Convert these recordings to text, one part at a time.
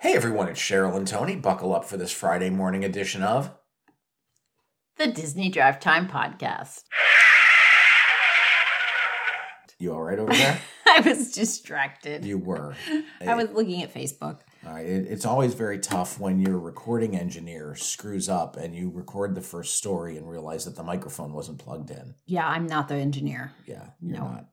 Hey everyone, it's Cheryl and Tony. Buckle up for this Friday morning edition of The Disney Drive Time Podcast. You all right over there? I was distracted. you were. I was looking at Facebook. All right, it- it's always very tough when your recording engineer screws up and you record the first story and realize that the microphone wasn't plugged in. Yeah, I'm not the engineer. Yeah, you're No. not.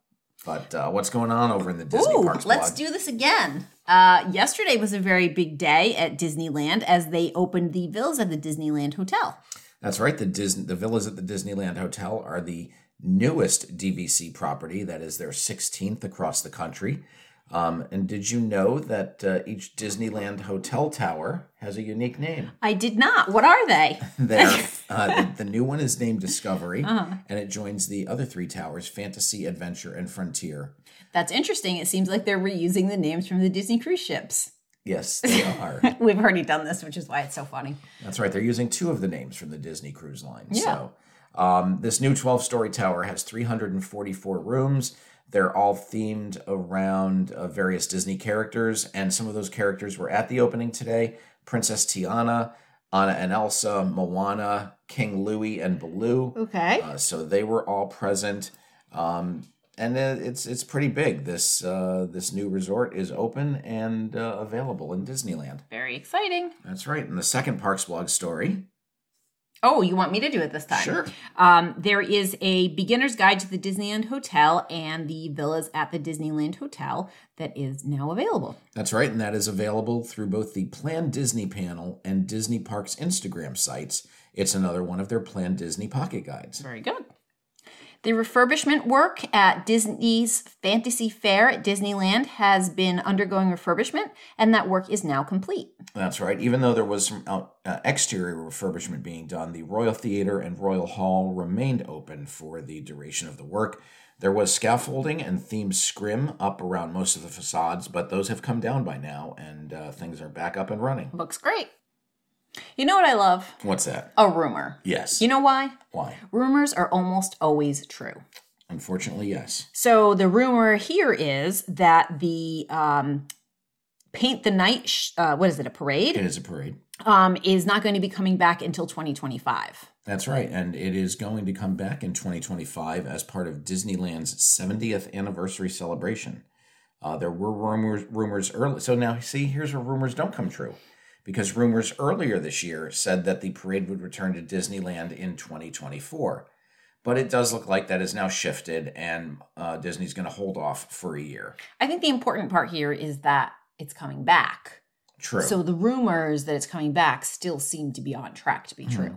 But uh, what's going on over in the Disney Ooh, Parks let's blog? do this again. Uh, yesterday was a very big day at Disneyland as they opened the villas at the Disneyland Hotel. That's right. The Disney, the villas at the Disneyland Hotel are the newest DVC property. That is their 16th across the country. Um, and did you know that uh, each Disneyland hotel tower has a unique name? I did not. What are they? There, uh, the, the new one is named Discovery, and it joins the other three towers: Fantasy, Adventure, and Frontier. That's interesting. It seems like they're reusing the names from the Disney cruise ships. Yes, they are. We've already done this, which is why it's so funny. That's right. They're using two of the names from the Disney Cruise Line. So um, this new 12 story tower has 344 rooms. They're all themed around uh, various Disney characters, and some of those characters were at the opening today Princess Tiana, Anna and Elsa, Moana, King Louie, and Baloo. Okay. Uh, so they were all present, um, and uh, it's it's pretty big. This uh, this new resort is open and uh, available in Disneyland. Very exciting. That's right. And the second Parks blog story. Oh, you want me to do it this time? Sure. Um, there is a beginner's guide to the Disneyland Hotel and the villas at the Disneyland Hotel that is now available. That's right, and that is available through both the Plan Disney panel and Disney Parks Instagram sites. It's another one of their Plan Disney pocket guides. Very good. The refurbishment work at Disney's Fantasy Fair at Disneyland has been undergoing refurbishment, and that work is now complete. That's right. Even though there was some out, uh, exterior refurbishment being done, the Royal Theater and Royal Hall remained open for the duration of the work. There was scaffolding and themed scrim up around most of the facades, but those have come down by now, and uh, things are back up and running. Looks great. You know what I love? What's that? A rumor. Yes. You know why? Why? Rumors are almost always true. Unfortunately, yes. So the rumor here is that the um, Paint the Night, sh- uh, what is it, a It parade, is a parade. um, is not going to be coming back until 2025. That's right, and it is going to come back in 2025 as part of Disneyland's 70th anniversary celebration. Uh, there were rumors, rumors early. So now, see, here's where rumors don't come true, because rumors earlier this year said that the parade would return to Disneyland in 2024, but it does look like that is now shifted, and uh, Disney's going to hold off for a year. I think the important part here is that it's coming back. True. So the rumors that it's coming back still seem to be on track to be true.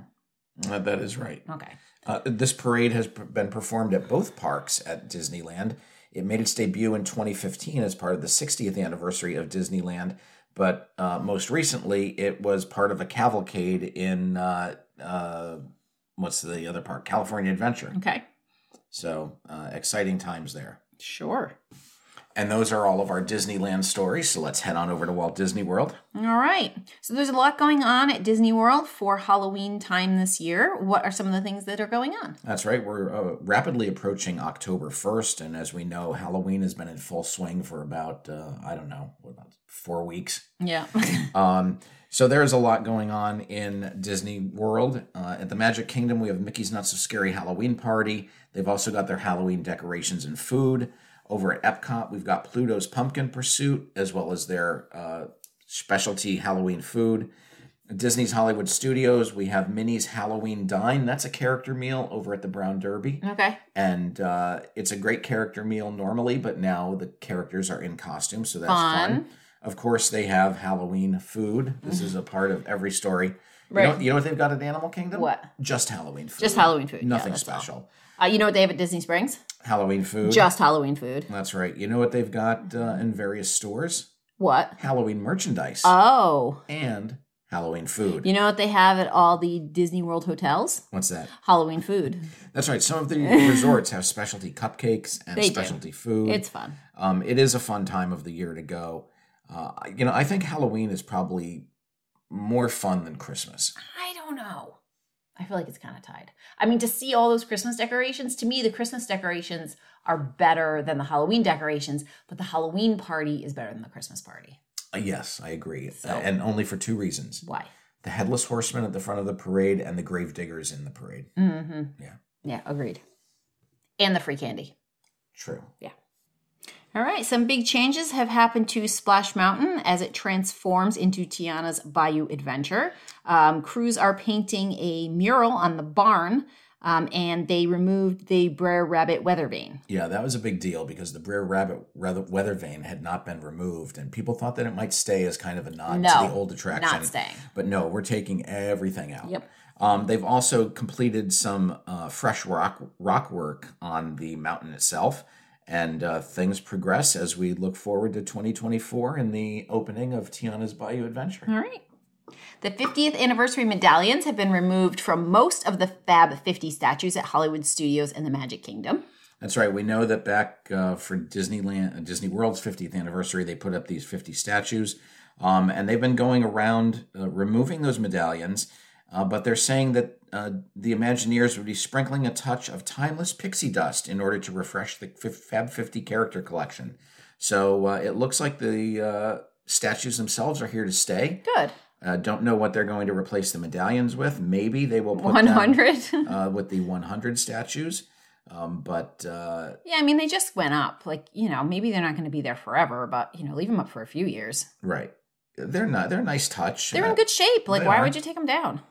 Uh, that is right. Okay. Uh, this parade has p- been performed at both parks at Disneyland. It made its debut in 2015 as part of the 60th anniversary of Disneyland, but uh, most recently it was part of a cavalcade in uh, uh, what's the other park? California Adventure. Okay. So uh, exciting times there. Sure. And those are all of our Disneyland stories. So let's head on over to Walt Disney World. All right. So there's a lot going on at Disney World for Halloween time this year. What are some of the things that are going on? That's right. We're uh, rapidly approaching October 1st. And as we know, Halloween has been in full swing for about, uh, I don't know, what about four weeks. Yeah. Um, so there's a lot going on in Disney World. Uh, at the Magic Kingdom, we have Mickey's Not So Scary Halloween Party. They've also got their Halloween decorations and food. Over at Epcot, we've got Pluto's Pumpkin Pursuit, as well as their uh, specialty Halloween food. Disney's Hollywood Studios, we have Minnie's Halloween Dine. That's a character meal over at the Brown Derby. okay. And uh, it's a great character meal normally, but now the characters are in costume, so that's fun. Fun. Of course, they have Halloween food. This is a part of every story. You know, Right. you know what they've got at Animal Kingdom? What? Just Halloween food. Just Halloween food. Yeah, Nothing that's all. special. Uh, you know what they have at Disney Springs? Halloween food. Just Halloween food. that's right. You know what they've got uh, in various stores? What? Halloween merchandise Oh. and Halloween food. You know what they have at all the Disney World hotels? What's that? Halloween food. That's right. Some of the resorts have specialty cupcakes and They do. specialty food. It's fun. Um, it is a fun time of the year to go. Uh, you know, I think Halloween is probably more fun than Christmas. I don't know. I feel like it's kind of tied. I mean, to see all those Christmas decorations, to me, the Christmas decorations are better than the Halloween decorations, but the Halloween party is better than the Christmas party. Uh, Yes, I agree. So- Uh, and only for two reasons Why? the headless horseman at the front of the parade and the grave diggers in the parade. Mm-hmm. Yeah. Yeah, agreed. And the free candy. True. All right, some big changes have happened to Splash Mountain as it transforms into Tiana's Bayou Adventure. Um, crews are painting a mural on the barn, um, and they removed the Brer Rabbit weather vane. Yeah, that was a big deal because the Brer Rabbit rather- weather vane had not been removed, and people thought that it might stay as kind of a nod No, to the old attraction. Not staying. But no, we're taking everything out. Yep. Um, they've also completed some uh, fresh rock rock work on the mountain itself, and uh, things progress as we look forward to 2024 and the opening of Tiana's Bayou Adventure. All right. The 50th anniversary medallions have been removed from most of the Fab 50 statues at Hollywood Studios and the Magic Kingdom. That's right. We know that back uh, for Disneyland, uh, Disney World's 50th anniversary, they put up these 50 statues, um, and they've been going around uh, removing those medallions. Uh, but they're saying that uh, the Imagineers would be sprinkling a touch of timeless pixie dust in order to refresh the F- Fab 50 character collection. So uh, it looks like the uh, statues themselves are here to stay. Good. Uh, don't know what they're going to replace the medallions with. Maybe they will put them, 100. uh, with the 100 statues. Um, but uh, yeah, I mean, they just went up. Like, you know, maybe they're not going to be there forever, but, you know, leave them up for a few years. Right. They're not. They're a nice touch. They're in good shape. Like, They why are. would you take them down?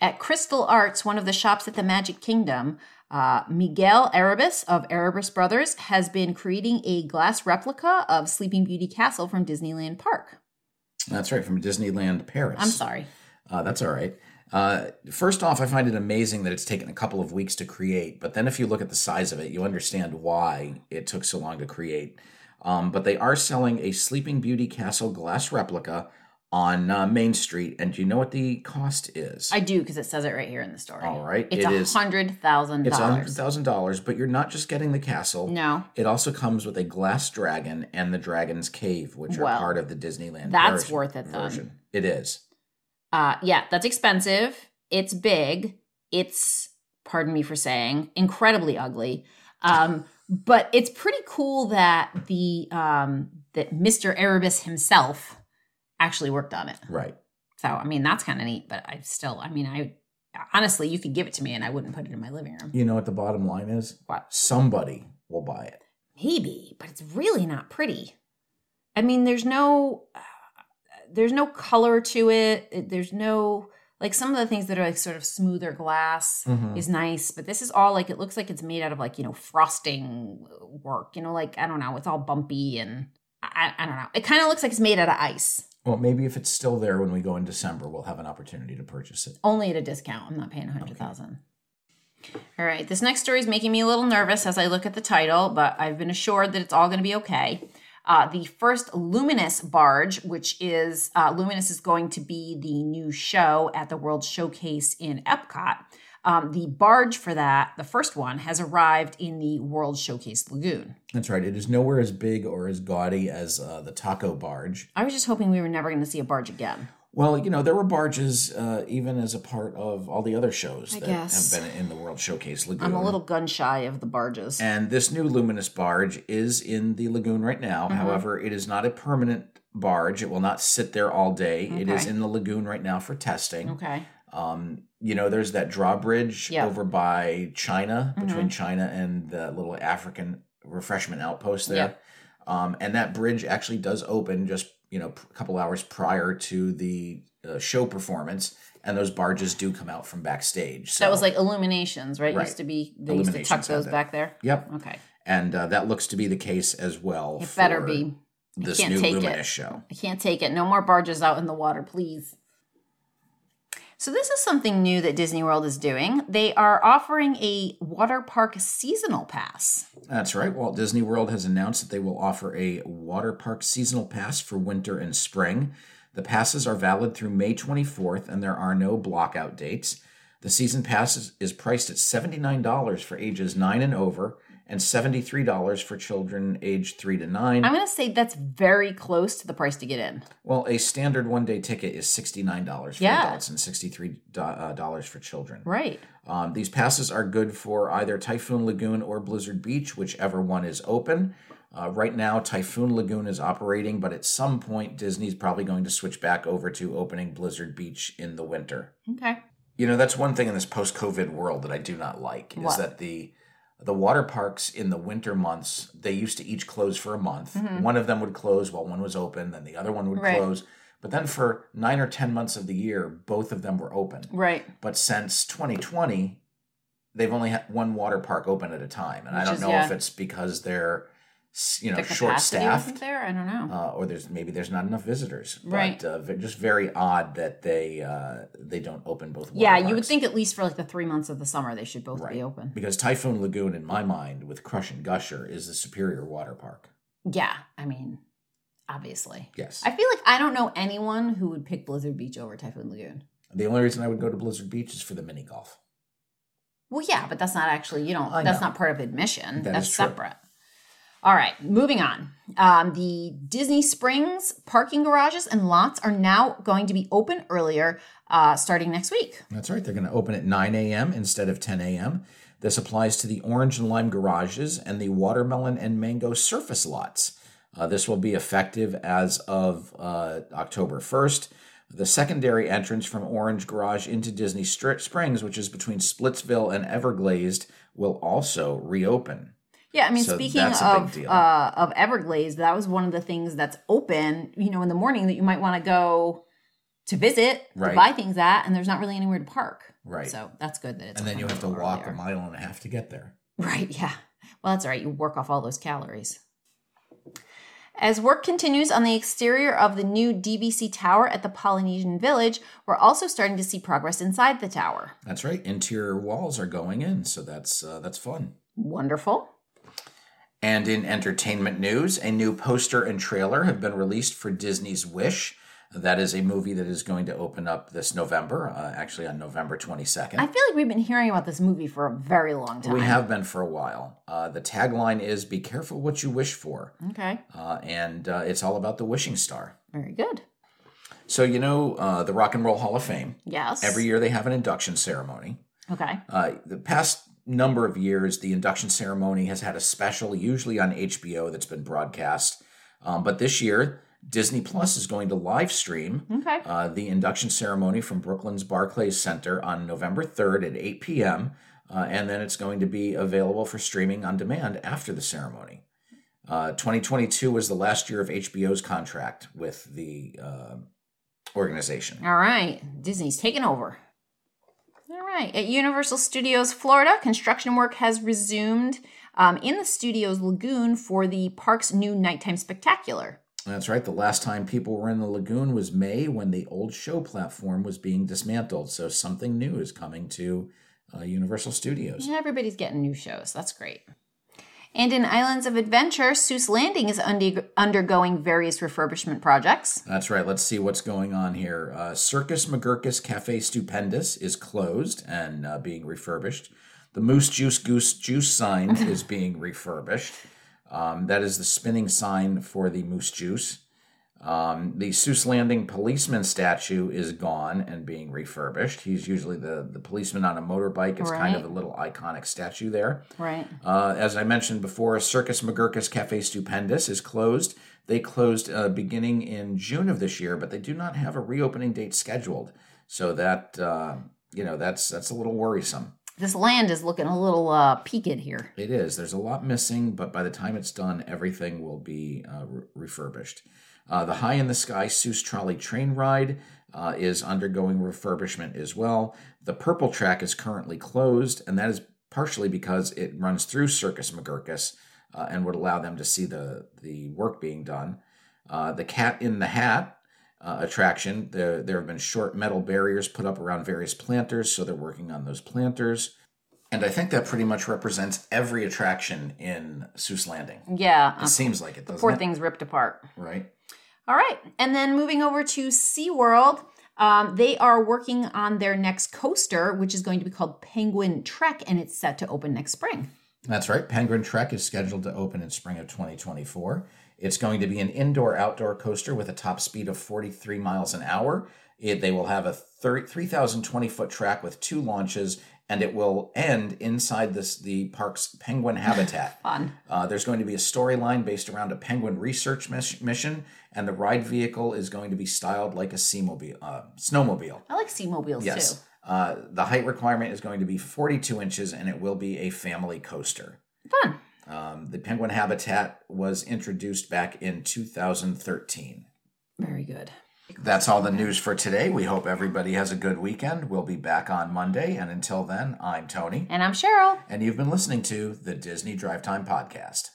At Crystal Arts, one of the shops at the Magic Kingdom, uh, Miguel Erebus of Erebus Brothers has been creating a glass replica of Sleeping Beauty Castle from Disneyland Park. That's right from Disneyland Paris. I'm sorry. Uh, that's all right. Uh, first off, I find it amazing that it's taken a couple of weeks to create, but then if you look at the size of it, you understand why it took so long to create. Um, but they are selling a Sleeping Beauty Castle glass replica on uh, Main Street, and do you know what the cost is? I do because it says it right here in the story. All right, It's it a is- hundred thousand it's hundred dollars. thousand dollars, but you're not just getting the castle. No, It also comes with a glass dragon and the dragon's cave, which are Well, part of the Disneyland. that's Paris worth it then. Version. It is. uh, yeah, that's expensive. It's big. It's pardon me for saying incredibly ugly. Um, but it's pretty cool that the um, that Mr. Erebus himself actually worked on it. Right. So I mean that's kind of neat. But I still, I mean, I honestly, you could give it to me and I wouldn't put it in my living room. You know what the bottom line is? What? Somebody will buy it. maybe but it's really not pretty i mean there's no uh, there's no color to it It- there's no like some of the things that are like sort of smoother glass is nice but this is all like it looks like it's made out of like you know frosting work you know like i don't know it's all bumpy and i, I I don't know it kind of looks like it's made out of ice Well, maybe if it's still there when we go in December, we'll have an opportunity to purchase it. only at a discount i'm not paying a hundred thousand all right this next story is making me a little nervous as i look at the title but i've been assured that it's all going to be okay uh, the first luminous barge which is uh, luminous is going to be the new show at the world showcase in epcot um, the barge for that the first one has arrived in the world showcase lagoon That's right. It is nowhere as big or as gaudy as uh, the taco barge. i was just hoping we were never going to see a barge again Well, you know, there were barges uh, even as a part of all the other shows that guess. have been in the World Showcase Lagoon. i'm a little gun shy of the barges And this new luminous barge is in the lagoon right now. Mm-hmm. However, it is not a permanent barge. It will not sit there all day. It is Okay. in the lagoon right now for testing. okay Um, you know, there's that drawbridge Yeah. Mm-hmm. over by China, between China and the little African refreshment outpost there. Um, and that bridge actually does open just, you know, a couple hours prior to the uh, show performance. And those barges do come out from backstage. So that was like illuminations right, Right. used to be they used to Illuminations tuck had those that. back there Yep. Okay. and uh, that looks to be the case as well. It better for be. This can't new take it. Luminous show. I can't take it. No more barges out in the water, please. So, this is something new that Disney World is doing. They are offering a water park seasonal pass. That's right. Walt Disney World has announced that they will offer a water park seasonal pass for winter and spring. The passes are valid through May 24th, and there are no blockout dates. The season pass is, is priced at $79 for ages 9 and over and $73 for children aged 3 to 9. I'm going to say that's very close to the price to get in. well, a standard one day ticket is $69 for Yeah. adults and $63 do- uh, dollars for children. Right. Um, these passes are good for either Typhoon Lagoon or Blizzard Beach, whichever one is open. Uh, right now, Typhoon Lagoon is operating, but at some point, Disney's probably going to switch back over to opening Blizzard Beach in the winter. Okay. You know, that's one thing in this post-COVID world that I do not like is What? that the the water parks in the winter months they used to each close for a month. Mhm. One of them would close while one was open, then the other one would Right. close. But then for nine or ten months of the year, both of them were open. Right. But since 2020, they've only had one water park open at a time, and I Which don't is- know if yeah. it's because they're s- you know the capacity wasn't short-staffed there. I don't know. uh, or there's maybe there's not enough visitors. Right. But uh, ve- just very odd that they uh, they don't open both. Water yeah, you would parks. think at least for like the three months of the summer they should both Right. be open. because Typhoon Lagoon, in my mind, with Crush and Gusher, is the superior water park. Yeah, I mean, obviously. Yes. I feel like I don't know anyone who would pick Blizzard Beach over Typhoon Lagoon. the only reason I would go to Blizzard Beach is for the mini golf. Well, yeah, but that's not actually you don't. I that's know. not part of admission. That that's is true. separate. All right, moving on. Um, the Disney Springs parking garages and lots are now going to be open earlier, uh, starting next week. That's right. They're going to open at 9 a.m. instead of 10 a.m. This applies to the orange and lime garages and the watermelon and mango surface lots. Uh, this will be effective as of uh, October 1st. The secondary entrance from Orange Garage into Disney Str- Springs, which is between Splitsville and Everglazed, will also reopen. Yeah, I mean, So speaking that's a big of deal. uh, of Everglades, that was one of the things that's open. You know, in the morning that you might want to go to visit, Right. to buy things at, and there's not really anywhere to park. Right. So that's good that it's. and then you open have to over walk there. a mile and a half to get there. Right, yeah. Well, that's all right. You work off all those calories. As work continues on the exterior of the new DVC tower at the Polynesian Village, we're also starting to see progress inside the tower. That's right. Interior walls are going in, so that's uh, that's fun. Wonderful. And in entertainment news, a new poster and trailer have been released for Disney's Wish. That is a movie that is going to open up this November, uh, actually on November 22nd. I feel like we've been hearing about this movie for a very long time. we have been for a while. Uh, the tagline is Be careful what you wish for. Okay. Uh, and uh, it's all about the wishing star. Very good. So, you know, uh, the Rock and Roll Hall of Fame, Yes. every year they have an induction ceremony. Okay. Uh, the past number of years, the induction ceremony has had a special, usually on HBO, that's been broadcast. Um, but this year, Disney Plus is going to live stream Okay. uh, the induction ceremony from Brooklyn's Barclays Center on November 3rd at 8 p.m. Uh, and then it's going to be available for streaming on demand after the ceremony. Uh, 2022 was the last year of HBO's contract with the uh, organization. All right, Disney's taking over. All right, at Universal Studios Florida, construction work has resumed um, in the studio's lagoon for the park's new nighttime spectacular. That's right. The last time people were in the lagoon was May when the old show platform was being dismantled. So something new is coming to uh, Universal Studios. Yeah, Everybody's getting new shows. That's great. And in Islands of Adventure, Seuss Landing is unde- undergoing various refurbishment projects. That's right. Let's see what's going on here. Uh, Circus McGurkus Cafe Stupendous is closed and uh, being refurbished. The Moose Juice Goose Juice sign is being refurbished. Um, that is the spinning sign for the Moose Juice. Um, the Seuss Landing policeman statue is gone and being refurbished. He's usually the, the policeman on a motorbike. It's kind of a Right. little iconic statue there. Right. Uh, as I mentioned before, Circus McGurkus Cafe Stupendous is closed. They closed uh, beginning in June of this year, but they do not have a reopening date scheduled. So that uh, you know that's that's a little worrisome. This land is looking a little uh, peaked here. It is. There's a lot missing, but by the time it's done, everything will be uh, re- refurbished. Uh, the High in the Sky Seuss Trolley train ride uh, is undergoing refurbishment as well. The Purple Track is currently closed, and that is partially because it runs through Circus McGurkus uh, and would allow them to see the, the work being done. Uh, the Cat in the Hat uh, attraction, there, there have been short metal barriers put up around various planters, so they're working on those planters. And I think that pretty much represents every attraction in Seuss Landing. Yeah, It seems like it doesn't. poor it? thing's ripped apart. Right. All right. And then moving over to SeaWorld, um, they are working on their next coaster, which is going to be called Penguin Trek, and it's set to open next spring. That's right. Penguin Trek is scheduled to open in spring of 2024. It's going to be an indoor outdoor coaster with a top speed of 43 miles an hour. It, they will have a 30 3,020 foot track with two launches, and it will end inside this the park's penguin habitat. Fun. Uh, there's going to be a storyline based around a penguin research mis- mission, and the ride vehicle is going to be styled like a seamobile, uh, snowmobile. I like Seamobiles Yes. too. Uh, the height requirement is going to be 42 inches, and it will be a family coaster. Fun. Um, the penguin habitat was introduced back in 2013. Very good. That's all the news for today. We hope everybody has a good weekend. We'll be back on Monday. And until then, I'm Tony, And I'm Cheryl. and you've been listening to the Disney Drive Time Podcast.